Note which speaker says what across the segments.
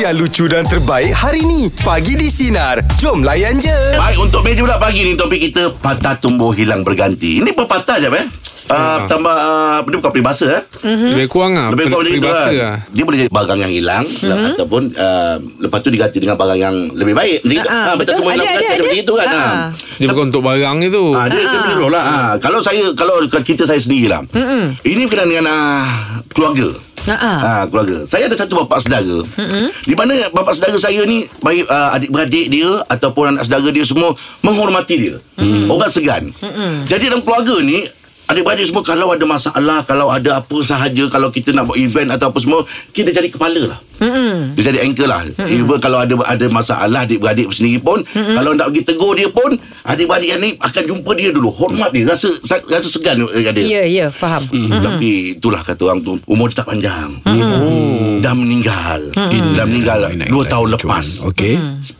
Speaker 1: yang lucu dan terbaik hari ni. Pagi di Sinar. Jom layan je.
Speaker 2: Baik untuk meja pula pagi ni topik kita patah tumbuh hilang berganti. Ini pepatah je eh.
Speaker 3: Ah.
Speaker 2: Uh, tambah uh, dia bukan peribahasa eh.
Speaker 4: Hmm?
Speaker 5: Lebih kurang lah
Speaker 2: Lebih kurang macam itu
Speaker 5: Peribahasa
Speaker 2: kan.
Speaker 3: ah.
Speaker 5: lah
Speaker 2: Dia boleh jadi barang yang hilang
Speaker 3: Mhm.
Speaker 2: mm-hmm. ataupun uh, lepas tu diganti dengan barang yang lebih baik. Jadi,
Speaker 3: Ha, ha,
Speaker 2: ha,
Speaker 3: betul.
Speaker 2: tumbuh hilang
Speaker 3: Ada,
Speaker 2: berganti,
Speaker 3: ada, ah. ada.
Speaker 2: begitu kan.
Speaker 3: Ha,
Speaker 2: Ha.
Speaker 3: ha.
Speaker 5: Dia bukan untuk barang itu
Speaker 4: Ah,
Speaker 2: Ha, dia, dia boleh roll lah. Ha. Kalau saya kalau cerita saya sendirilah. Mm-hmm. Ini berkenaan dengan uh, keluarga.
Speaker 3: Ha ah.
Speaker 2: Ha, keluarga. Saya ada satu bapa saudara. Mm-hmm. Di mana bapa saudara saya ni baik uh, adik-beradik dia ataupun anak saudara dia semua menghormati dia. Mm-hmm. Orang segan. Mm-hmm. Jadi dalam keluarga ni adik-beradik semua kalau ada masalah, kalau ada apa sahaja, kalau kita nak buat event atau apa semua, kita jadi kepala lah. Mm-hmm. Dia jadi anchor lah. Mm-hmm. Even kalau ada ada masalah adik-beradik sendiri pun, mm-hmm. kalau nak pergi tegur dia pun, adik-beradik yang ni akan jumpa dia dulu. Hormat dia, rasa rasa segan dengan dia.
Speaker 3: Ya, ya, faham.
Speaker 2: Eh, mm-hmm. Tapi itulah kata orang tu Umur dia tak panjang mm-hmm. Dah meninggal mm-hmm. Dah meninggal Dua tahun lepas Mm-hmm.
Speaker 4: Okey.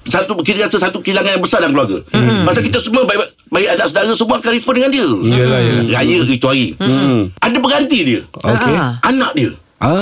Speaker 2: Satu Kita rasa satu kehilangan yang besar dalam keluarga mm-hmm. Pasal kita semua Baik, baik anak saudara Semua akan refer dengan dia
Speaker 5: Yelah, yelah.
Speaker 2: Raya itu hari mm-hmm. Ada berganti dia
Speaker 4: Okey.
Speaker 3: Ah.
Speaker 2: Anak dia
Speaker 4: Ah.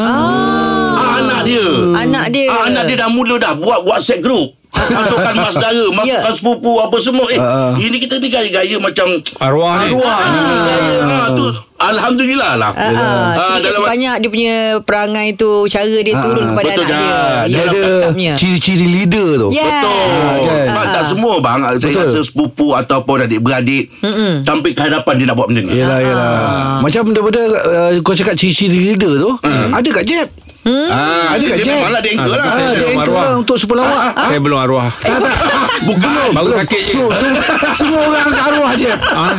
Speaker 2: ah, Anak dia
Speaker 3: Anak dia.
Speaker 2: ah, Anak dia dah mula dah Buat WhatsApp group Masukkan mas saudara Masukkan
Speaker 3: Ya.
Speaker 2: sepupu Apa semua Eh
Speaker 4: Ah,
Speaker 2: ini kita ni gaya-gaya Macam
Speaker 5: Arwah ni
Speaker 2: Arwah ni gaya. Ah, tu, Alhamdulillah lah
Speaker 3: Ah, ah,
Speaker 2: Ah,
Speaker 3: sedikit
Speaker 2: dalam- Ah,
Speaker 3: sebanyak dia punya perangai tu Cara dia turun kepada
Speaker 2: betul
Speaker 3: anak dia
Speaker 2: dah.
Speaker 3: Ya,
Speaker 4: Dia ada
Speaker 3: sikapnya.
Speaker 4: ciri-ciri leader tu.
Speaker 3: Yes.
Speaker 2: Betul.
Speaker 4: kan?
Speaker 2: Sebab
Speaker 3: Ah,
Speaker 2: tak semua bang Saya
Speaker 4: Betul.
Speaker 2: rasa sepupu Ataupun adik-beradik Tampil ke hadapan Dia nak buat benda ni Ah,
Speaker 4: Yelah, yelah.
Speaker 3: Ah.
Speaker 4: Macam benda-benda uh, kau cakap ciri-ciri leader tu,
Speaker 5: Hmm.
Speaker 4: ada kat Jeb.
Speaker 3: Hmm?
Speaker 2: Ah,
Speaker 4: Ada
Speaker 2: dia,
Speaker 4: kat
Speaker 2: dia
Speaker 4: Jeb.
Speaker 2: memanglah dia anchor
Speaker 5: Ah,
Speaker 2: lah
Speaker 5: betul.
Speaker 4: Ah,
Speaker 5: Saya
Speaker 4: dia
Speaker 5: belum
Speaker 4: anchor
Speaker 5: arwah.
Speaker 4: lah untuk sepuluh awak.
Speaker 5: Saya belum
Speaker 4: Eh,
Speaker 5: arwah
Speaker 2: Bukan
Speaker 5: ah, Baru sakit je
Speaker 4: So, so semua orang angkat arwah je.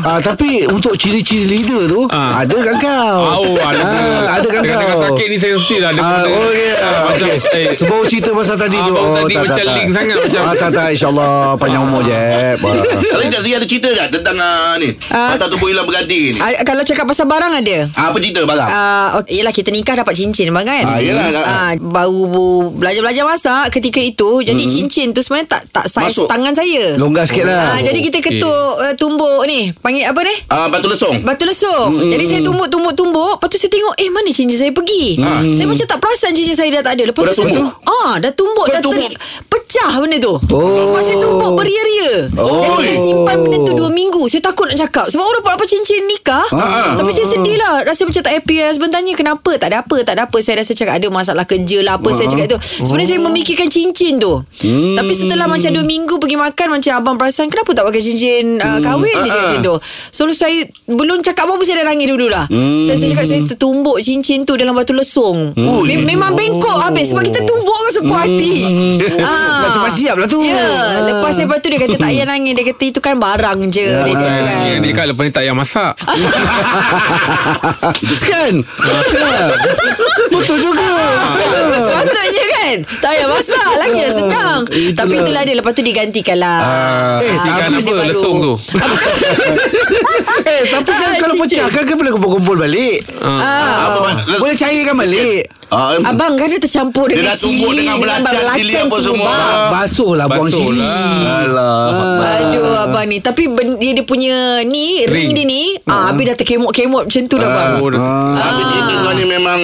Speaker 4: Ah, tapi untuk ciri-ciri leader tu
Speaker 5: Ah.
Speaker 4: ada kan kau.
Speaker 5: Oh ada
Speaker 4: Ah, ada kan kau.
Speaker 5: Dengan sakit ni saya mesti lah ada
Speaker 4: Ah,
Speaker 5: benda-
Speaker 4: oh ya.
Speaker 5: Ah, Macam
Speaker 4: Okay.
Speaker 5: eh,
Speaker 4: Sebab cerita pasal tadi
Speaker 5: Ah,
Speaker 4: tu. Oh,
Speaker 5: baru tadi macam link sangat macam.
Speaker 4: Ah, tak tak insya-Allah panjang umur Ah, je.
Speaker 2: Kalau tak sini ada cerita tak Tentang ah, ni
Speaker 3: Ah.
Speaker 2: Patah tubuh hilang berganti ni
Speaker 3: Ah, Kalau cakap pasal barang ada
Speaker 2: Ah, Apa cerita barang
Speaker 3: Uh, okay. Yelah kita nikah dapat cincin bang kan
Speaker 2: Ah, yelah, kan?
Speaker 3: Ah, Baru bu- belajar-belajar masak Ketika itu Jadi mm-hmm. cincin tu sebenarnya tak tak saiz
Speaker 2: Masuk. Oh,
Speaker 3: tangan saya
Speaker 4: Longgar sikit lah.
Speaker 3: Ah, Jadi kita ketuk uh, tumbuk ni Panggil apa ni?
Speaker 2: Ah, Batu lesung
Speaker 3: Batu lesung
Speaker 2: Hmm.
Speaker 3: mm. Jadi saya tumbuk tumbuk tumbuk Lepas tu saya tengok Eh mana cincin saya pergi mm. Saya macam tak perasan cincin saya dah tak ada Lepas
Speaker 2: Oh, Hmm. dah
Speaker 3: tu saya
Speaker 2: tumbuk?
Speaker 3: tengok, Ah, Dah tumbuk
Speaker 2: Kau
Speaker 3: dah
Speaker 2: tumbuk?
Speaker 3: Pecah benda tu
Speaker 4: Oh.
Speaker 3: Sebab saya tumbuk beria-ria
Speaker 2: Oh.
Speaker 3: Jadi saya simpan benda tu dua minggu Saya takut nak cakap Sebab orang dapat cincin nikah
Speaker 2: Ah.
Speaker 3: Tapi saya sedih lah Rasa macam tak happy Husband tanya kenapa Tak ada apa Tak ada apa Saya rasa cakap Ada masalah kerja lah Apa saya
Speaker 2: Ah.
Speaker 3: cakap tu Sebenarnya
Speaker 2: Oh.
Speaker 3: saya memikirkan cincin tu
Speaker 2: Hmm.
Speaker 3: Tapi setelah macam dua minggu Pergi makan Macam abang perasan Kenapa tak pakai cincin
Speaker 2: Hmm.
Speaker 3: uh, Kahwin
Speaker 2: Ah,
Speaker 3: dia cakap macam tu So saya Belum cakap apa-apa Saya dah nangis dulu lah
Speaker 2: Hmm.
Speaker 3: Saya, saya cakap Saya tertumbuk cincin tu Dalam batu lesung Mem-
Speaker 2: Oh.
Speaker 3: Memang bengkok habis Sebab kita tumbuk kan Sekuat hati
Speaker 2: Hmm.
Speaker 3: Ah.
Speaker 4: Macam siap lah tu.
Speaker 3: Ya Lepas lepas tu dia kata Tak payah nangis Dia kata itu kan barang je Dia cakap kan
Speaker 5: Yang dia kat lepas ni tak payah masak
Speaker 4: Ah, Kan? Ya. Betul juga.
Speaker 3: Sepatutnya kan Tak payah masak Lagi yang senang
Speaker 4: Itulah.
Speaker 3: Tapi itulah dia Lepas tu digantikan lah
Speaker 4: Eh,
Speaker 3: Ah,
Speaker 5: Tinggal
Speaker 3: benda
Speaker 5: apa
Speaker 3: baru.
Speaker 5: lesung tu
Speaker 4: Eh, tapi kan
Speaker 3: Ah,
Speaker 4: kalau
Speaker 3: cincin.
Speaker 4: pecah kan kan boleh kumpul-kumpul balik.
Speaker 3: Ah,
Speaker 4: Ah, boleh cairkan balik.
Speaker 2: Ah, em,
Speaker 3: Abang kan dia tercampur
Speaker 2: Dia
Speaker 3: dengan
Speaker 2: dah tumbuk
Speaker 3: cili
Speaker 2: dengan belacan, cili apa semua.
Speaker 3: bang.
Speaker 2: Ah.
Speaker 4: Basuh lah buang
Speaker 5: Basuh
Speaker 4: sini.
Speaker 5: lah.
Speaker 4: Alah.
Speaker 3: Aduh abang ni Tapi ben, dia, dia punya ni Ring,
Speaker 5: Ring.
Speaker 3: dia ni ah, Habis dah terkemuk-kemuk Macam tu lah, Ah, dah bang
Speaker 5: Oh,
Speaker 4: Ah.
Speaker 5: dah-
Speaker 2: Tapi cerita kau ni memang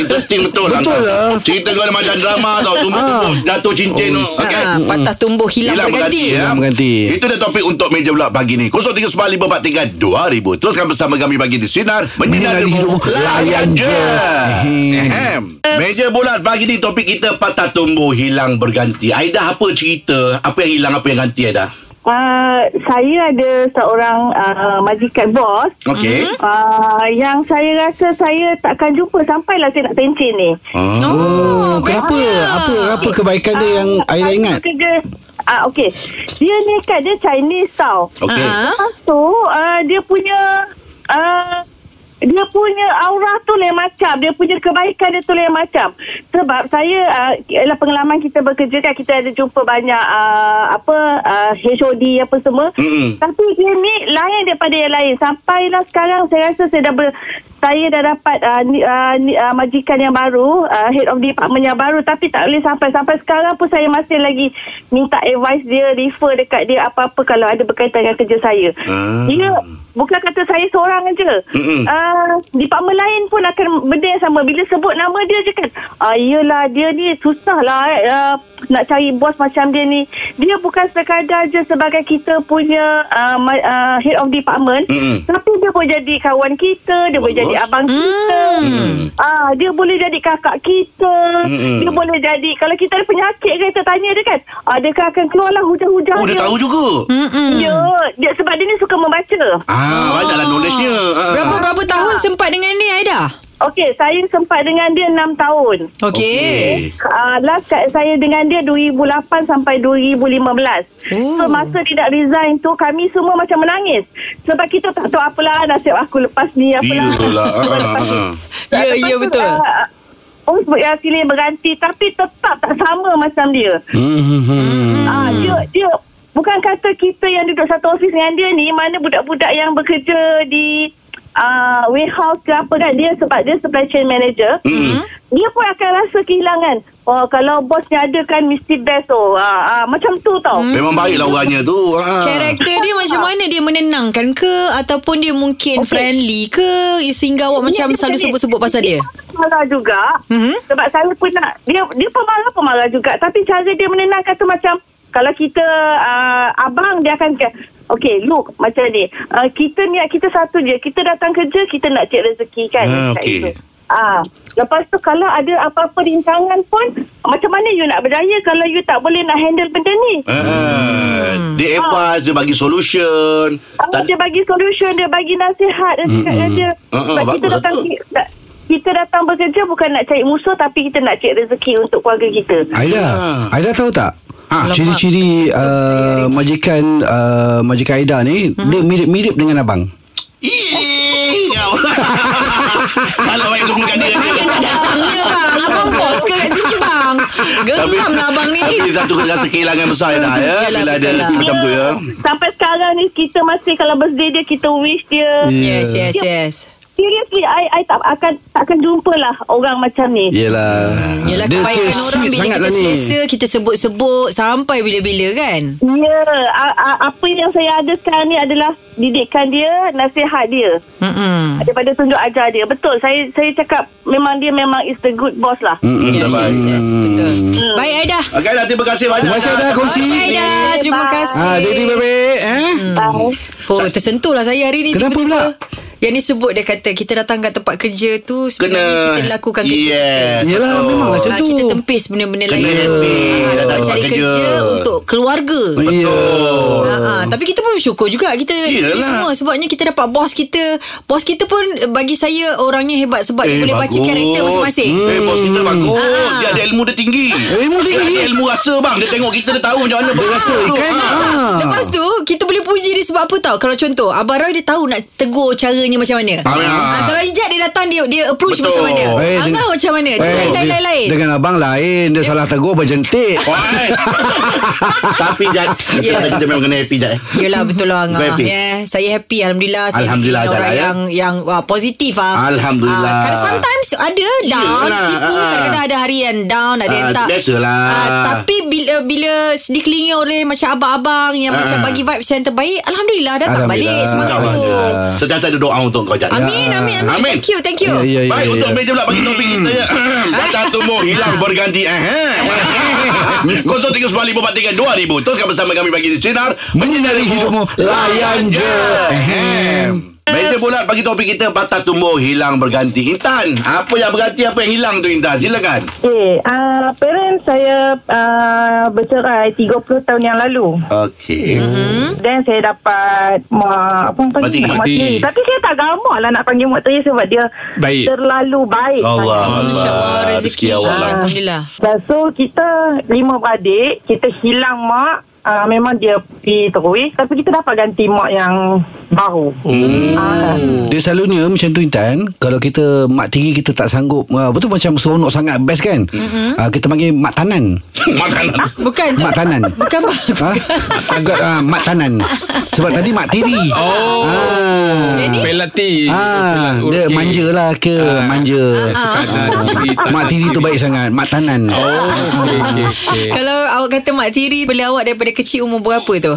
Speaker 2: Interesting betul
Speaker 4: Betul lah.
Speaker 2: Cerita kau ni macam drama tau Tumbuk-tumbuk Jatuh cincin tu
Speaker 3: okay.
Speaker 2: Okay
Speaker 3: Patah tumbuh ah, hilang,
Speaker 2: Hilang berganti
Speaker 3: berganti
Speaker 2: ya.
Speaker 4: Hilang berganti.
Speaker 2: Itu dia topik untuk meja pula pagi ni 0395432000 Teruskan bersama kami bagi di Sinar Menyinari
Speaker 4: Menyinari
Speaker 2: hidup
Speaker 4: hidupmu.
Speaker 2: Layan
Speaker 4: Layan
Speaker 2: je
Speaker 4: je.
Speaker 2: Ahem. Meja bulat pagi ni topik kita Patah tumbuh hilang berganti Aida apa cerita Apa yang hilang apa yang ganti Aida
Speaker 6: Uh, saya ada seorang uh, majikan bos
Speaker 2: Okey
Speaker 6: uh, yang saya rasa saya takkan jumpa sampailah saya nak pencin ni.
Speaker 2: Ah.
Speaker 3: Oh, Ah,
Speaker 4: Oh, kenapa? Apa apa kebaikan dia yang Aira
Speaker 6: Ah, saya
Speaker 4: ingat?
Speaker 6: Kerja, uh, okay. Dia ni kan dia Chinese tau.
Speaker 2: Okey
Speaker 3: Ah.
Speaker 6: Lepas tu uh, dia punya uh, dia punya aura tu lain macam Dia punya kebaikan dia tu lain macam Sebab saya uh, Ialah pengalaman kita bekerja kan Kita ada jumpa banyak uh, Apa uh, HOD apa semua
Speaker 2: Mm-mm.
Speaker 6: Tapi dia ni lain daripada yang lain Sampailah sekarang Saya rasa saya dah ber, Saya dah dapat uh, ni, uh, ni, uh, Majikan yang baru uh, Head of department yang baru Tapi tak boleh sampai Sampai sekarang pun saya masih lagi Minta advice dia Refer dekat dia apa-apa Kalau ada berkaitan dengan kerja saya
Speaker 2: Ah.
Speaker 6: Dia Bukan kata saya seorang je.
Speaker 2: Mm-mm.
Speaker 6: Uh, department lain pun akan benda yang sama. Bila sebut nama dia je kan. Ah, yelah dia ni susah lah eh, uh, nak cari bos macam dia ni. Dia bukan sekadar je sebagai kita punya uh, ma- uh, head of department.
Speaker 2: Mm-mm.
Speaker 6: Tapi dia boleh jadi kawan kita. Dia boleh
Speaker 2: Bagus.
Speaker 6: jadi abang kita. Ah, dia boleh jadi kakak kita.
Speaker 2: Mm-mm.
Speaker 6: Dia boleh jadi. Kalau kita ada penyakit kan kita tanya dia kan. Ah, dia akan keluarlah hujah-hujah
Speaker 2: Oh dia tahu juga
Speaker 3: Mm-mm.
Speaker 6: Ya, dia sebab dia ni suka membaca.
Speaker 2: Ah banyaklah knowledge dia ah.
Speaker 3: Oh. Berapa berapa tahun sempat dengan ni Aida?
Speaker 6: Okey, saya sempat dengan dia 6 tahun.
Speaker 3: Okey.
Speaker 6: Uh, last kat saya dengan dia 2008 sampai 2015.
Speaker 3: Hmm.
Speaker 6: So masa dia nak resign tu kami semua macam menangis. Sebab kita tak tahu apalah nasib aku lepas ni
Speaker 3: lah?
Speaker 6: apalah.
Speaker 2: Iyalah ah, ah, ah.
Speaker 3: Ya,
Speaker 6: Lepas
Speaker 3: ya,
Speaker 6: tu,
Speaker 3: betul.
Speaker 6: ah, Oh, yang silih berganti tapi tetap tak sama macam dia.
Speaker 4: Hmm.
Speaker 6: Ah, dia dia bukan kata kita yang duduk satu office dengan dia ni mana budak-budak yang bekerja di uh, warehouse ke apa kan dia sebab dia supply chain manager. Mm-hmm. Dia pun akan rasa kehilangan. Oh kalau bosnya ada kan mesti best oh. Ah, ah, macam tu tau. Mm.
Speaker 2: Memang baiklah orangnya tu ah.
Speaker 3: Karakter dia macam mana Dia menenangkan ke Ataupun dia mungkin okay.
Speaker 6: Okey.
Speaker 3: friendly ke Sehingga awak macam selalu sebut-sebut pasal dia
Speaker 6: marah juga
Speaker 3: Mhm.
Speaker 6: mm-hmm. sebab saya pernah dia dia pemarah pemarah juga tapi cara dia menenangkan tu macam kalau kita uh, abang dia akan kata Okay, look macam ni. Uh, kita niat kita satu je. Kita datang kerja, kita nak cek rezeki kan.
Speaker 2: Ah,
Speaker 6: Macam
Speaker 2: okey.
Speaker 6: itu. Ah, lepas tu kalau ada apa-apa rintangan pun macam mana you nak berdaya kalau you tak boleh nak handle benda ni?
Speaker 2: Ah,
Speaker 3: Hmm.
Speaker 2: Dia advice Dia bagi solution
Speaker 6: Ah, dia bagi solution, dia bagi nasihat dan cakap dengan dia.
Speaker 2: Ah, ah,
Speaker 6: Sebab kita
Speaker 2: bagus
Speaker 6: datang
Speaker 2: tu.
Speaker 6: ki- da- kita datang bekerja bukan nak cari musuh tapi kita nak cari rezeki untuk keluarga kita.
Speaker 4: Aida,
Speaker 2: Ah.
Speaker 4: Aida tahu tak? Ah,
Speaker 3: Alamak.
Speaker 4: Ciri-ciri uh, majikan uh, majikan Aida ni
Speaker 3: Hmm.
Speaker 4: dia mirip-mirip dengan abang.
Speaker 2: Ih, kau. Kalau baik tu bukan dia
Speaker 3: Kan dah datangnya bang Abang bos ke kat sini bang Geram lah abang ni
Speaker 2: Tapi satu rasa kehilangan besar dah ya
Speaker 3: Yelah,
Speaker 2: Bila ada
Speaker 3: betul lah.
Speaker 2: macam tu ya
Speaker 6: Sampai sekarang ni kita masih kalau birthday dia kita wish dia.
Speaker 2: Mm.
Speaker 3: Yes yes yes
Speaker 6: Seriously I I tak akan tak akan jumpalah orang macam ni.
Speaker 4: Yelah.
Speaker 3: Yelah
Speaker 4: Dia
Speaker 3: kebaikan orang
Speaker 4: so sweet
Speaker 3: Bila kita
Speaker 4: sangatlah ni.
Speaker 3: selesa Kita sebut-sebut Sampai bila-bila kan
Speaker 6: Ya, a- a- apa yang saya ada sekarang ni adalah didikan dia, nasihat dia.
Speaker 3: Mm-mm.
Speaker 6: Daripada tunjuk ajar dia. Betul, saya saya cakap memang dia memang is the good boss lah.
Speaker 3: Ya, yes, yes, betul. Baik Aida.
Speaker 2: Okey dah terima kasih banyak
Speaker 4: Terima kasih Aida kongsi.
Speaker 3: Baik Aida. Terima
Speaker 6: Bye.
Speaker 3: kasih.
Speaker 4: Ah, Daddy bebek eh.
Speaker 6: Bye.
Speaker 3: Oh, tersentuh lah saya hari ni.
Speaker 4: Kenapa
Speaker 3: tiba-tiba.
Speaker 4: pula?
Speaker 3: Yang ni sebut dia kata kita datang kat tempat kerja tu
Speaker 2: Kena
Speaker 3: sebenarnya kita lakukan kerja.
Speaker 2: Yes Eh,
Speaker 4: Yelah
Speaker 2: betul.
Speaker 4: memang macam
Speaker 3: Ah,
Speaker 4: tu.
Speaker 3: kita tempis benda-benda
Speaker 2: Kena
Speaker 3: lain.
Speaker 2: happy.
Speaker 3: Ah,
Speaker 2: Datang
Speaker 3: sebab
Speaker 2: tempat
Speaker 3: cari kerja.
Speaker 2: kerja.
Speaker 3: untuk keluarga.
Speaker 4: Ya.
Speaker 3: Ha, ha. Tapi kita pun bersyukur juga Kita
Speaker 2: Yelah.
Speaker 3: ni semua Sebabnya kita dapat bos kita Bos kita pun eh, Bagi saya Orangnya hebat Sebab dia
Speaker 2: Eh,
Speaker 3: boleh baca
Speaker 2: bagus.
Speaker 3: karakter masing-masing
Speaker 2: Eh bos kita bagus
Speaker 3: Ah.
Speaker 2: Dia ada ilmu dia tinggi
Speaker 4: Ilmu tinggi.
Speaker 2: Dia ada Eh, ilmu rasa bang Dia tengok kita dia tahu macam mana Dia rasa eh,
Speaker 4: Kan? Ah.
Speaker 2: Hmm.
Speaker 3: Lepas tu Kita boleh puji dia sebab apa tau Kalau contoh Abang Roy dia tahu Nak tegur caranya macam mana
Speaker 2: Ah, ya.
Speaker 3: Ah, Kalau Ijat dia datang Dia dia approach
Speaker 2: Betul.
Speaker 3: macam mana
Speaker 4: Eh,
Speaker 3: Angah
Speaker 4: dengan-
Speaker 3: macam mana
Speaker 4: Eh,
Speaker 3: Lain-lain-lain
Speaker 4: Dengan abang lain
Speaker 3: Ya.
Speaker 4: Dia salah tegur berjentik
Speaker 2: Tapi Jad
Speaker 3: Ya.
Speaker 2: Kita kita memang kena happy Jad eh.
Speaker 3: Yelah betul lah Angah
Speaker 2: Kau happy?
Speaker 3: yeah, Saya happy Alhamdulillah saya
Speaker 2: Alhamdulillah
Speaker 3: jadi
Speaker 2: dah
Speaker 3: orang
Speaker 2: lah, ya?
Speaker 3: yang, yang wah, Positif ah.
Speaker 2: Alhamdulillah.
Speaker 3: ah, Karena sometimes ada down
Speaker 2: Yelah,
Speaker 3: tipu,
Speaker 2: ah.
Speaker 3: Kadang-kadang ada hari yang down Ada yang
Speaker 2: Ah,
Speaker 3: tak
Speaker 2: biasalah.
Speaker 3: Tapi bila bila Dikelilingi oleh macam abang-abang Yang
Speaker 2: Ah.
Speaker 3: macam bagi vibes yang terbaik Alhamdulillah datang
Speaker 4: Alhamdulillah.
Speaker 3: balik Semangat tu
Speaker 2: Sentiasa ada doa untuk kau Jad
Speaker 3: Amin, amin, amin,
Speaker 2: Ah. Amin.
Speaker 3: Thank you, thank you.
Speaker 4: Ya, ya, ya,
Speaker 2: Baik
Speaker 4: ya. Hmm.
Speaker 2: untuk meja pula bagi topik kita ya. Datang tumbuh hilang berganti. Eh. 0395432000. Teruskan bersama kami bagi di sinar menyinari hidupmu.
Speaker 4: Layan je.
Speaker 2: Ehem. Meja bulat bagi topik kita patah tumbuh hilang berganti. Intan, apa yang berganti apa yang hilang tu Intan? Silakan.
Speaker 6: Okay, uh, parents saya uh, bercerai 30 tahun yang lalu.
Speaker 2: Okey. Mm-hmm.
Speaker 6: Then saya dapat mak, apa orang panggil?
Speaker 2: Mak tiri.
Speaker 6: Mak tiri.
Speaker 5: Mak tiri.
Speaker 6: Tapi saya tak gambar lah nak panggil mak tiri sebab dia
Speaker 5: Baik.
Speaker 6: terlalu baik.
Speaker 2: Allah
Speaker 3: InsyaAllah
Speaker 2: Allah.
Speaker 3: rezeki
Speaker 2: Rezeki awak lah.
Speaker 3: Alhamdulillah
Speaker 6: Dan so kita lima beradik, kita hilang mak. Uh, memang dia pergi terus tapi kita dapat ganti mak yang baru. Hmm. Uh,
Speaker 4: Dia selalunya macam tu Intan Kalau kita Mak tiri kita tak sanggup uh, Betul macam seronok sangat Best kan mm-hmm. uh, Kita panggil Mak Tanan
Speaker 2: Makanan.
Speaker 3: Bukan tu
Speaker 4: Mak Tanan
Speaker 3: Bukan bang
Speaker 4: ha? Agak uh, Mak Tanan Sebab tadi Mak tiri
Speaker 5: Oh.
Speaker 4: Ah.
Speaker 3: Ini?
Speaker 5: Pelati.
Speaker 4: Ah, dia
Speaker 5: Okey.
Speaker 4: manja lah ke
Speaker 5: Ah.
Speaker 4: Manja
Speaker 5: Ah.
Speaker 4: Ah. Mak tiri tu baik sangat Mak Tanan
Speaker 5: Oh, okey, okey, okey.
Speaker 2: Eh.
Speaker 3: Kalau awak kata mak tiri Bila awak daripada kecil umur berapa tu?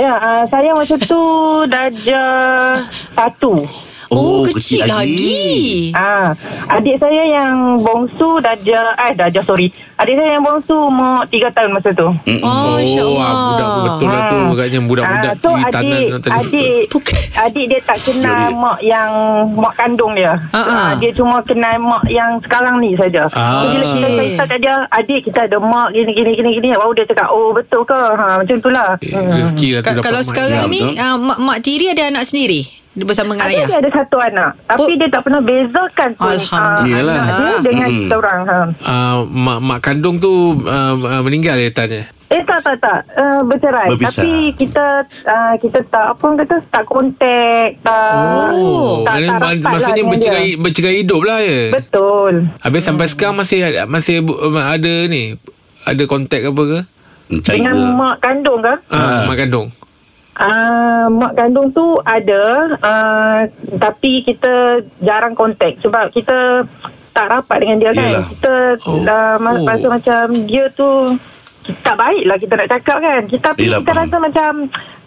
Speaker 6: Ya, uh, saya masa tu darjah satu.
Speaker 2: Oh,
Speaker 3: Oh,
Speaker 2: kecil
Speaker 3: kecil,
Speaker 2: lagi.
Speaker 3: lagi.
Speaker 6: Ah, adik saya yang bongsu darjah eh darjah sorry. Adik saya yang bongsu umur 3 tahun masa tu.
Speaker 3: Oh, insya-Allah.
Speaker 5: ah, budak betul lah Hmm, tu agaknya budak-budak
Speaker 6: Ah, so
Speaker 5: kiri
Speaker 6: adik,
Speaker 5: kanan tadi.
Speaker 6: adik,
Speaker 3: Bukan.
Speaker 6: adik dia tak kenal
Speaker 2: Sorry.
Speaker 6: mak yang mak kandung dia.
Speaker 3: Ah, ah.
Speaker 6: Ah, dia cuma kenal mak yang sekarang ni saja.
Speaker 5: Ah.
Speaker 6: So, bila kita
Speaker 3: Okey.
Speaker 6: cerita kat dia, adik kita ada mak gini gini gini gini baru dia cakap, "Oh, betul ke?" Ha, macam itulah.
Speaker 5: Eh, Rezeki lah tu
Speaker 3: Ka-
Speaker 5: dapat
Speaker 3: kalau
Speaker 5: mak.
Speaker 3: sekarang
Speaker 2: Ya,
Speaker 3: ni
Speaker 2: betul.
Speaker 3: uh, mak mak tiri ada anak sendiri bersama dengan
Speaker 6: Ada
Speaker 3: ayah.
Speaker 6: dia ada satu anak Tapi
Speaker 3: Put-
Speaker 6: dia tak pernah bezakan pun
Speaker 3: Alhamdulillah.
Speaker 6: ah, Anak dia dengan
Speaker 5: Hmm.
Speaker 2: Mm-mm.
Speaker 6: kita orang ha.
Speaker 5: Ah, mak mak kandung tu ah, ah, meninggal ya tanya.
Speaker 6: Eh tak tak tak uh, Bercerai
Speaker 2: Berpisah.
Speaker 6: Tapi kita uh, Kita tak Apa orang kata Tak kontak Tak tak, tak
Speaker 5: maknanya-
Speaker 6: rapat
Speaker 5: Oh,
Speaker 6: lah
Speaker 5: maksudnya
Speaker 6: dengan dia.
Speaker 5: bercerai bercerai hidup lah ya.
Speaker 6: Betul
Speaker 5: Habis
Speaker 6: Hmm.
Speaker 5: sampai sekarang masih ada, masih bu- ada ni ada kontak apa ke?
Speaker 2: Entah
Speaker 6: Dengan
Speaker 2: juga.
Speaker 6: mak kandung ke
Speaker 5: Ah,
Speaker 2: Ah.
Speaker 5: mak kandung.
Speaker 6: Uh, mak kandung tu ada uh, Tapi kita jarang kontak Sebab kita tak rapat dengan dia kan
Speaker 2: Yelah.
Speaker 6: Kita
Speaker 5: Oh.
Speaker 6: oh. uh, ma-
Speaker 5: Oh.
Speaker 6: rasa macam dia tu tak baik lah kita nak cakap kan kita, tapi
Speaker 2: Yelah,
Speaker 6: kita
Speaker 2: faham.
Speaker 6: rasa macam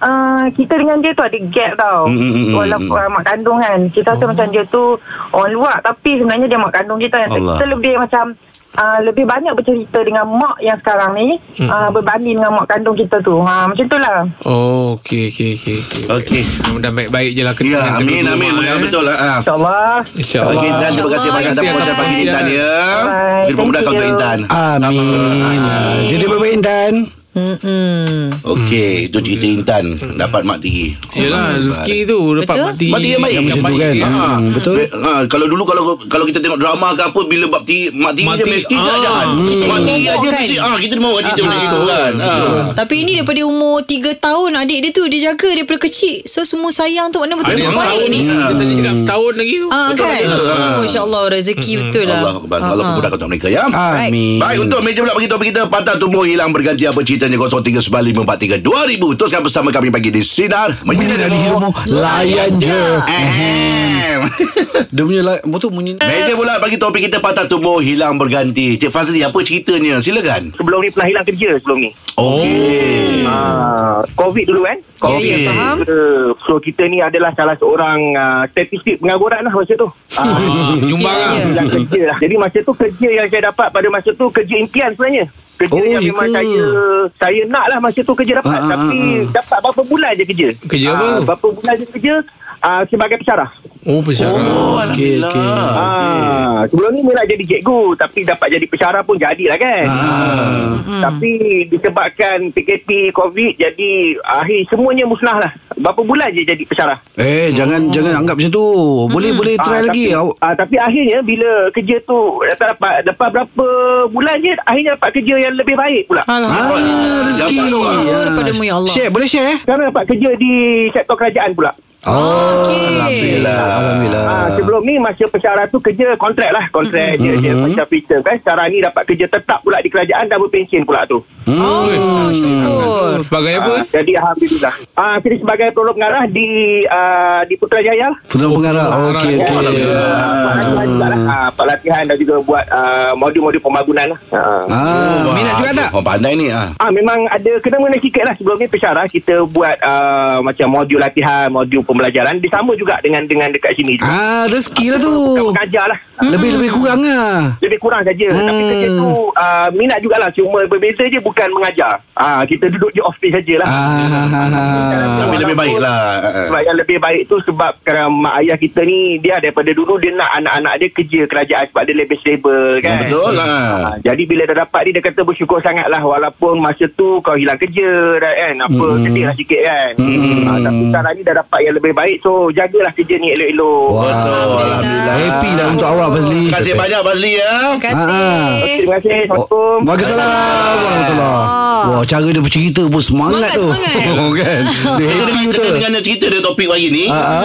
Speaker 6: uh, kita dengan dia tu ada gap tau
Speaker 2: Hmm, hmm, hmm,
Speaker 6: walaupun
Speaker 2: hmm.
Speaker 6: uh, mak kandung kan kita
Speaker 2: Oh.
Speaker 6: rasa macam dia tu orang luar tapi sebenarnya dia mak kandung kita kan
Speaker 2: Allah.
Speaker 6: kita lebih macam uh, lebih banyak bercerita dengan mak yang sekarang ni
Speaker 2: Mm.
Speaker 6: uh, berbanding dengan mak kandung kita tu ha, macam tu lah
Speaker 5: Oh, okey okey okey.
Speaker 2: Okey.
Speaker 5: Mudah-mudahan baik-baik je lah
Speaker 2: Ya,
Speaker 5: kenangan
Speaker 2: amin,
Speaker 5: kedua-dua
Speaker 2: amin.
Speaker 5: mak,
Speaker 2: Betul,
Speaker 5: eh.
Speaker 2: betul lah. ah.
Speaker 6: InsyaAllah
Speaker 5: InsyaAllah.
Speaker 2: Okey, Intan. Terima kasih banyak atas
Speaker 3: Insya-Allah.
Speaker 2: perkongsian pagi ni, Intan, ya.
Speaker 6: Bye.
Speaker 2: Kita mudah kau
Speaker 6: Thank you.
Speaker 2: Intan.
Speaker 4: Amin. Ah, Jadi baik-baik Intan.
Speaker 3: Hmm.
Speaker 2: Okey, itu cerita Intan. Dapat mak tiri. Hmm.
Speaker 5: Yelah rezeki tu dapat
Speaker 3: Betul.
Speaker 5: mak tiri.
Speaker 2: Mak tiri yang baik
Speaker 5: Yang
Speaker 4: macam tu
Speaker 5: baik
Speaker 4: kan.
Speaker 5: dia.
Speaker 4: Ah. Hmm, betul.
Speaker 2: Ha, kalau dulu kalau kalau kita tengok drama ke apa bila bab tiri mak tiri
Speaker 5: Mak
Speaker 2: je
Speaker 5: tiri,
Speaker 2: mesti
Speaker 5: ah.
Speaker 2: tak jahat.
Speaker 3: Kita
Speaker 2: Mak tiri
Speaker 3: dimomok,
Speaker 2: aja
Speaker 3: kan?
Speaker 2: mesti ah kita mau cerita macam itu kan. Ha.
Speaker 3: Tapi ini daripada umur 3 tahun adik dia tu dia jaga daripada kecil. So semua sayang tu makna
Speaker 5: Ada
Speaker 3: betul-betul
Speaker 5: yang
Speaker 3: baik
Speaker 5: setahun
Speaker 3: ni.
Speaker 5: ni. Dia tadi cakap setahun lagi tu.
Speaker 3: Ah
Speaker 2: Betul,
Speaker 3: kan.
Speaker 2: betul, betul.
Speaker 3: Oh insya-Allah rezeki betul lah.
Speaker 2: Allah Akbar. Allah
Speaker 3: Ah, ah.
Speaker 2: kemudahan untuk mereka ya.
Speaker 4: Amin.
Speaker 2: Baik untuk meja pula bagi topik kita Patah tumbuh hilang berganti Apa ceritanya 0395432000 Teruskan bersama kami pagi di Sinar Menyinari
Speaker 4: Dari
Speaker 2: Hidupmu
Speaker 4: hidupmu Layan je
Speaker 2: Ahem.
Speaker 4: Dia punya layan Apa tu bunyi ni?
Speaker 2: Meja pula bagi topik kita patah tumbuh hilang berganti. Cik Fazli apa ceritanya? Silakan.
Speaker 7: sebelum ni pernah hilang kerja sebelum ni.
Speaker 4: Hmm.
Speaker 2: Okey.
Speaker 7: Ah, COVID dulu kan.
Speaker 3: Ya
Speaker 7: COVID.
Speaker 3: ya faham.
Speaker 7: Uh, so kita ni adalah salah seorang uh, statistik pengaburan lah masa tu. Ah,
Speaker 5: Ah, Nyumbang
Speaker 3: Ya,
Speaker 5: lah.
Speaker 3: ya.
Speaker 7: hilang kerja lah. Jadi masa tu kerja yang saya dapat pada masa tu kerja impian sebenarnya. Kerja
Speaker 4: Oh,
Speaker 7: oh, yang
Speaker 4: ya
Speaker 7: memang
Speaker 4: ke?
Speaker 7: saya saya nak lah masa tu kerja dapat.
Speaker 4: Ah, ah,
Speaker 7: tapi
Speaker 4: ah,
Speaker 7: dapat berapa bulan je kerja.
Speaker 5: Kerja
Speaker 7: Ah,
Speaker 5: apa?
Speaker 7: Berapa bulan je kerja ah, sebagai pesarah.
Speaker 5: Oh, pesara.
Speaker 2: Oh, alhamdulillah.
Speaker 4: okey.
Speaker 7: Ah, sebelum ni mula jadi cikgu tapi dapat jadi pesara pun jadilah kan. Ah. Tapi disebabkan PKP COVID jadi akhir semuanya musnah lah. Berapa bulan je jadi pesara.
Speaker 4: Eh jangan jangan anggap macam tu Boleh boleh Eh, try lagi
Speaker 7: tapi,
Speaker 4: Awak-
Speaker 7: ah, tapi akhirnya bila kerja tu tak dapat dapat berapa bulan je akhirnya dapat kerja yang lebih baik pula.
Speaker 3: Ha.
Speaker 4: Ah, rezeki
Speaker 2: Dapat doa.
Speaker 4: Ah,
Speaker 3: Daripadamu, ya Allah.
Speaker 4: Share boleh share
Speaker 7: Sekarang dapat kerja di sektor kerajaan pula.
Speaker 4: Oh
Speaker 3: Okey.
Speaker 2: Alhamdulillah.
Speaker 4: Alhamdulillah
Speaker 7: Ah, sebelum ni masa pesara tu kerja kontrak lah kontrak mm-hmm. je, je macam free term kan sekarang ni dapat kerja tetap pula di kerajaan double pension pula tu
Speaker 3: Oh syukur.
Speaker 5: Sebagai Eh, apa?
Speaker 7: Ah, jadi alhamdulillah. Ah jadi sebagai tolong pengarah di ah, di Putrajaya lah.
Speaker 4: Penuh pengarah Okey
Speaker 5: Oh,
Speaker 4: okey
Speaker 5: Alhamdulillah.
Speaker 7: Ah, latihan juga lah. Ah, buat latihan dan juga buat ah, modul-modul pembangunan lah. Ah.
Speaker 4: Ah, Minat juga tak
Speaker 2: Orang pandai ni ah.
Speaker 7: Ah memang ada kena mengena sikit lah sebelum ni pesara kita buat ah, macam modul latihan, modul pembelajaran dia sama juga dengan dengan dekat sini juga.
Speaker 4: Ah rezeki lah tu
Speaker 7: Bukan mengajar lah. Ah,
Speaker 4: Lebih-lebih kurang lah
Speaker 7: Lebih kurang saja
Speaker 4: Hmm.
Speaker 7: Tapi kerja tu uh, Minat jugalah Cuma berbeza je Bukan mengajar Ah Kita duduk je off space sajalah
Speaker 4: Ah
Speaker 2: Tapi lebih baik lah.
Speaker 7: Sebab yang lebih baik tu sebab kerana mak ayah kita ni dia daripada dulu dia nak anak-anak dia kerja kerajaan sebab dia lebih stable kan.
Speaker 2: Betul lah.
Speaker 7: Ha, jadi bila dah dapat ni dia kata bersyukur sangatlah walaupun masa tu kau hilang kerja dah kan apa mm. sedih lah sikit kan. Mm. Ha, tapi sekarang ni dah dapat yang lebih baik so jagalah kerja ni elok-elok.
Speaker 2: Betul. Alhamdulillah.
Speaker 4: Happy lah untuk awak Fazli
Speaker 2: Terima kasih banyak Fazli ya.
Speaker 3: Terima kasih.
Speaker 7: Okay, Terima kasih. Assalamualaikum.
Speaker 4: Waalaikumsalam Warahmatullah Wah cara dia bercerita pun
Speaker 3: Semangat,
Speaker 4: semangat tu
Speaker 3: semangat.
Speaker 4: Oh, kan Dia
Speaker 2: Kita
Speaker 4: happy
Speaker 2: dengan, kita
Speaker 4: betul
Speaker 2: dengan cerita dia topik pagi ni.
Speaker 4: ah.
Speaker 2: Ah,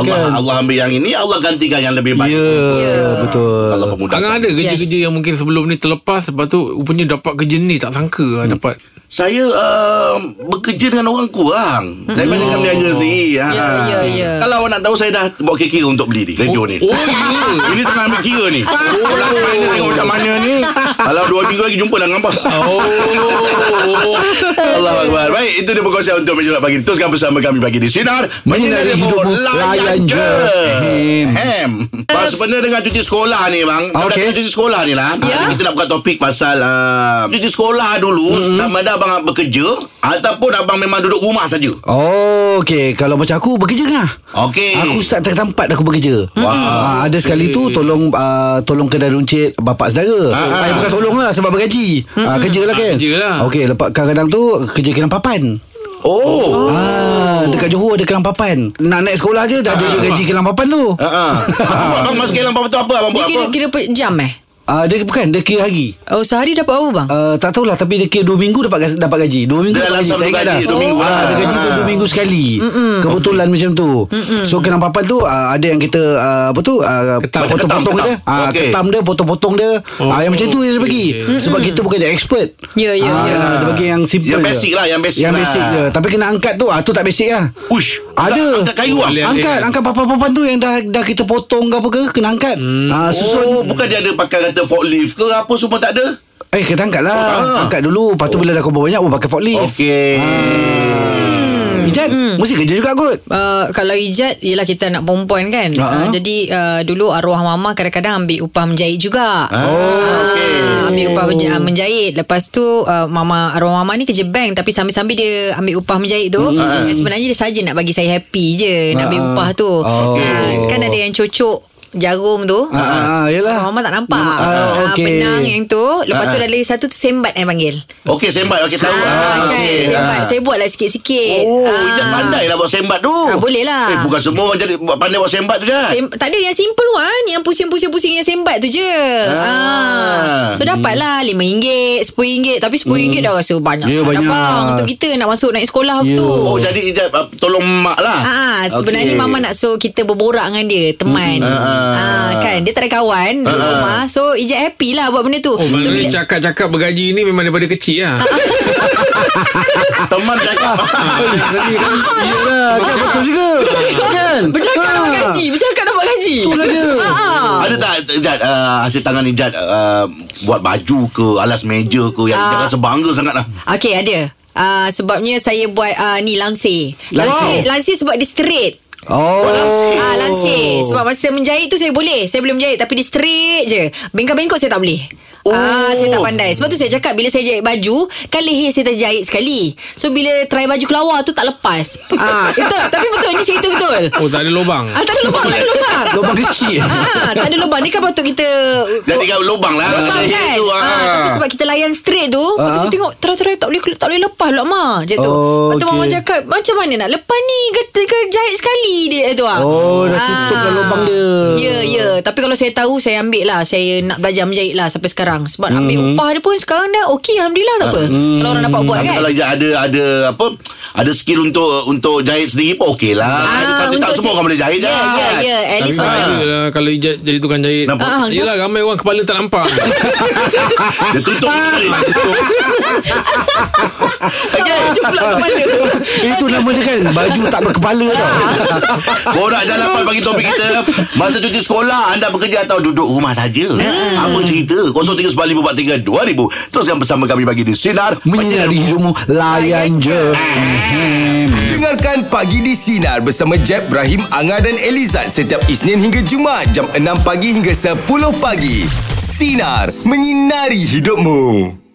Speaker 2: Allah
Speaker 4: kan.
Speaker 2: Allah ambil yang ini, Allah gantikan yang lebih baik. Ah,
Speaker 4: Ya betul
Speaker 2: Allah pemudah.
Speaker 5: Angang ada kerja-kerja
Speaker 3: Yes.
Speaker 5: yang mungkin sebelum ni terlepas Lepas tu rupanya dapat kerja ni Tak sangka lah dapat
Speaker 2: saya uh, bekerja dengan orang kurang. Saya
Speaker 4: Hmm.
Speaker 2: main dengan
Speaker 4: Oh.
Speaker 2: berniaga sendiri. Ha.
Speaker 3: Ya, ya, ya.
Speaker 2: Kalau awak nak tahu saya dah bawa kira untuk beli ni, radio ni.
Speaker 5: Oh, ya.
Speaker 2: Ini tengah ambil kira ni. Oh, langkah ni tengok macam mana ni. Kalau dua minggu lagi jumpa lah dengan bos.
Speaker 5: Oh.
Speaker 2: Allah Akbar. Baik, itu dia perkongsian untuk meja Bulat pagi. ni. Teruskan bersama kami pagi di Sinar. Menyinari hidup layan je.
Speaker 4: Hem.
Speaker 2: Hem. Bang, sebenarnya dengan cuti sekolah ni bang. Dah
Speaker 4: Okey.
Speaker 2: datang cuti sekolah ni lah.
Speaker 3: Ya.
Speaker 2: Kita nak buka topik pasal uh, cuti sekolah dulu. Sama ada abang bekerja ataupun abang memang duduk rumah saja.
Speaker 4: Oh, okey. Kalau macam aku bekerja kan?
Speaker 2: Okey.
Speaker 4: Aku start tak tempat aku bekerja. Wow. Ha, ada sekali tu tolong uh, tolong kedai runcit bapak
Speaker 2: Eh. Ah,
Speaker 4: saudara.
Speaker 2: lah.
Speaker 4: Ha,
Speaker 2: ah.
Speaker 4: bukan tolong lah sebab bergaji. Ha, kerjalah kan.
Speaker 5: Ah, kerjalah.
Speaker 4: Okey, lepas kadang-kadang tu kerja kilang papan.
Speaker 2: Oh.
Speaker 4: Oh. Ah, dekat Johor ada kilang papan. Nak naik sekolah je dah ada gaji kilang papan tu.
Speaker 2: Ha ah. Abang masuk kelam apa tu apa abang buat
Speaker 3: Dia kira,
Speaker 2: apa?
Speaker 3: kira per jam eh
Speaker 4: Ah, dia bukan dia kira hari.
Speaker 3: Oh sehari dapat apa bang?
Speaker 4: Uh, tak tahulah tapi dia kira 2 minggu dapat gas- dapat gaji. 2 minggu
Speaker 2: Dia
Speaker 4: dapat
Speaker 2: langsung
Speaker 4: Tak
Speaker 2: dapat
Speaker 4: ingat
Speaker 2: gaji,
Speaker 4: dah.
Speaker 2: dua minggu
Speaker 4: Ah,
Speaker 2: lah.
Speaker 4: dia gaji
Speaker 2: Ah.
Speaker 4: 2 minggu sekali. Kebetulan macam tu. So kenam papan tu uh, ada yang kita uh, apa tu uh,
Speaker 5: Ketam.
Speaker 4: potong-potong
Speaker 2: Ketam,
Speaker 4: dia.
Speaker 2: ketam.
Speaker 4: Ah,
Speaker 2: Okey.
Speaker 4: ketam dia potong-potong dia.
Speaker 5: Oh,
Speaker 4: Ah, yang macam tu dia bagi. Sebab kita bukan yang expert.
Speaker 3: Ya, ya,
Speaker 4: Ah,
Speaker 3: ya.
Speaker 4: Dia bagi yang simple.
Speaker 2: Yang
Speaker 4: je.
Speaker 2: basic lah, yang basic
Speaker 4: Yang
Speaker 2: lah.
Speaker 4: basic je. Tapi kena angkat tu, ah tu tak basic lah.
Speaker 2: Ush.
Speaker 4: Ada.
Speaker 2: Angkat kayu
Speaker 3: lah.
Speaker 2: lah.
Speaker 5: Boleh.
Speaker 2: abang.
Speaker 4: Angkat, angkat papan-papan tu yang dah dah kita potong ke apa ke kena angkat. Ah,
Speaker 2: Oh,
Speaker 4: susun
Speaker 2: bukan dia ada pakai kata forklift ke apa semua tak ada?
Speaker 4: Eh kita angkat lah
Speaker 2: Oh, tak.
Speaker 4: Angkat dulu Lepas tu bila dah kumpul banyak Oh pakai forklift
Speaker 2: Okey.
Speaker 3: Ah.
Speaker 4: hmm. Ijat Mesti kerja juga kot
Speaker 3: Uh, kalau ijat Yelah kita anak perempuan kan uh,
Speaker 4: Ha.
Speaker 3: Jadi uh, dulu arwah mama Kadang-kadang ambil upah menjahit juga
Speaker 2: Oh, okey.
Speaker 3: Ah, ambil upah menja- ah, menjahit lepas tu uh, mama arwah mama ni kerja bank tapi sambil-sambil dia ambil upah menjahit tu eh, sebenarnya dia saja nak bagi saya happy je nak ambil upah tu Ah, kan ada yang cocok jarum tu
Speaker 4: Ah, ah, yalah.
Speaker 3: Mama tak nampak Ah,
Speaker 4: Ah, okey.
Speaker 3: Benang yang tu Lepas tu ada lagi satu tu Sembat yang panggil
Speaker 2: Okey, sembat. Okey, tahu.
Speaker 3: ah, kan?
Speaker 2: okey.
Speaker 3: Sembat
Speaker 2: Ah.
Speaker 3: Saya buat lah sikit-sikit
Speaker 2: Oh,
Speaker 3: Ah.
Speaker 2: Ijat pandai lah buat sembat tu.
Speaker 3: Ah, boleh lah.
Speaker 2: Eh, bukan semua orang jadi buat pandai buat sembat tu, Jat.
Speaker 3: Sem- tak ada yang simple one Yang pusing-pusing-pusing Yang sembat tu je ah.
Speaker 2: Ah.
Speaker 3: So lah, dapatlah RM5 RM10 Tapi RM10 hmm. dah rasa banyak
Speaker 4: Ya,
Speaker 3: sangat
Speaker 4: banyak.
Speaker 3: abang. Untuk kita nak masuk Naik sekolah
Speaker 4: Ya.
Speaker 3: tu
Speaker 2: Oh, jadi Ijat ah, tolong mak lah.
Speaker 3: Ah, sebenarnya
Speaker 2: Okey.
Speaker 3: mama nak suruh kita berborak dengan dia, teman.
Speaker 2: Hmm.
Speaker 3: Ah,
Speaker 2: Ah.
Speaker 3: kan dia tak ada kawan di
Speaker 2: Ah.
Speaker 3: rumah. So Ijat happy lah buat benda tu.
Speaker 5: Oh,
Speaker 3: so,
Speaker 5: maksudnya cakap-cakap bergaji ni memang daripada kecil lah.
Speaker 2: Teman cakap.
Speaker 5: Nanti kan
Speaker 4: Yalah Kan betul juga Kan
Speaker 3: bercakap dapat
Speaker 4: Ah,
Speaker 3: gaji, bercakap dapat gaji.
Speaker 4: Itulah dia
Speaker 3: Ah.
Speaker 2: Ada tak Ijat ah, hasil tangan Ijat ah, buat baju ke alas meja ke yang
Speaker 3: Ah.
Speaker 2: Ijat rasa bangga sangat lah.
Speaker 3: Okey, ada. Ah, sebabnya saya buat ah, ni lansir. Lansir, lansir sebab dia straight.
Speaker 4: Oh
Speaker 3: Ah, lansir Sebab masa menjahit tu saya boleh Saya boleh menjahit Tapi dia straight je Bengkok-bengkok saya tak boleh
Speaker 4: Oh.
Speaker 3: Ah, saya tak pandai Sebab tu saya cakap Bila saya jahit baju Kan leher saya terjahit sekali So bila try baju keluar tu Tak lepas ah, betul. Tapi betul Ini cerita betul
Speaker 5: Oh tak ada lubang
Speaker 3: ah, Tak ada lubang Tak ada lubang
Speaker 4: Lubang kecil
Speaker 3: ah, Tak ada lubang Ni kan patut kita
Speaker 2: Jadi kan lubang lah.
Speaker 3: Lubang
Speaker 2: Leher
Speaker 3: kan
Speaker 2: tu,
Speaker 3: ah.
Speaker 2: ah.
Speaker 3: Tapi sebab kita layan straight tu Lepas tu
Speaker 4: Ah.
Speaker 3: saya tengok Terai-terai tak boleh Tak boleh lepas pula Ma Macam tu
Speaker 4: Oh,
Speaker 3: Lepas tu mama
Speaker 4: okey.
Speaker 3: cakap Macam mana nak lepas ni Kata ke jahit sekali dia tu ah.
Speaker 4: Oh, dah tutup dah lubang dia.
Speaker 3: Ya ya Tapi kalau saya tahu Saya ambil lah Saya nak belajar menjahit lah Sampai sekarang Sebab
Speaker 4: Hmm.
Speaker 3: ambil upah dia pun Sekarang dah okey Alhamdulillah tak apa Kalau orang dapat buat
Speaker 2: Tapi
Speaker 3: kan
Speaker 2: kalau Ijat ada ada apa ada skill untuk untuk jahit sendiri pun okey
Speaker 3: kan?
Speaker 4: Ah,
Speaker 2: lah. Tapi tak semua orang boleh jahit
Speaker 3: Ah,
Speaker 2: kan?
Speaker 3: Ya
Speaker 2: Ijat.
Speaker 3: ya ya At
Speaker 5: Tapi
Speaker 3: least
Speaker 5: tak
Speaker 3: macam
Speaker 5: ada lah Kalau ijat jadi tukang jahit
Speaker 2: Nampak?
Speaker 5: Ah, Yelah ramai orang kepala tak nampak
Speaker 2: Dia tutup sendiri.
Speaker 3: Okay Jumlah kepala
Speaker 4: Itu nama dia kan Baju tak berkepala tau
Speaker 2: Borak jalapan bagi topik kita Masa cuti sekolah Anda bekerja atau duduk rumah saja
Speaker 3: Ah.
Speaker 2: Apa cerita 0395432000 Teruskan bersama kami bagi di Sinar
Speaker 4: Menyinari hidupmu Layan je Hmm.
Speaker 1: Dengarkan Pagi di Sinar bersama Jeb, Ibrahim, Anga dan Elizad setiap Isnin hingga Jumaat jam 6 pagi hingga 10 pagi. Sinar. Menyinari hidupmu.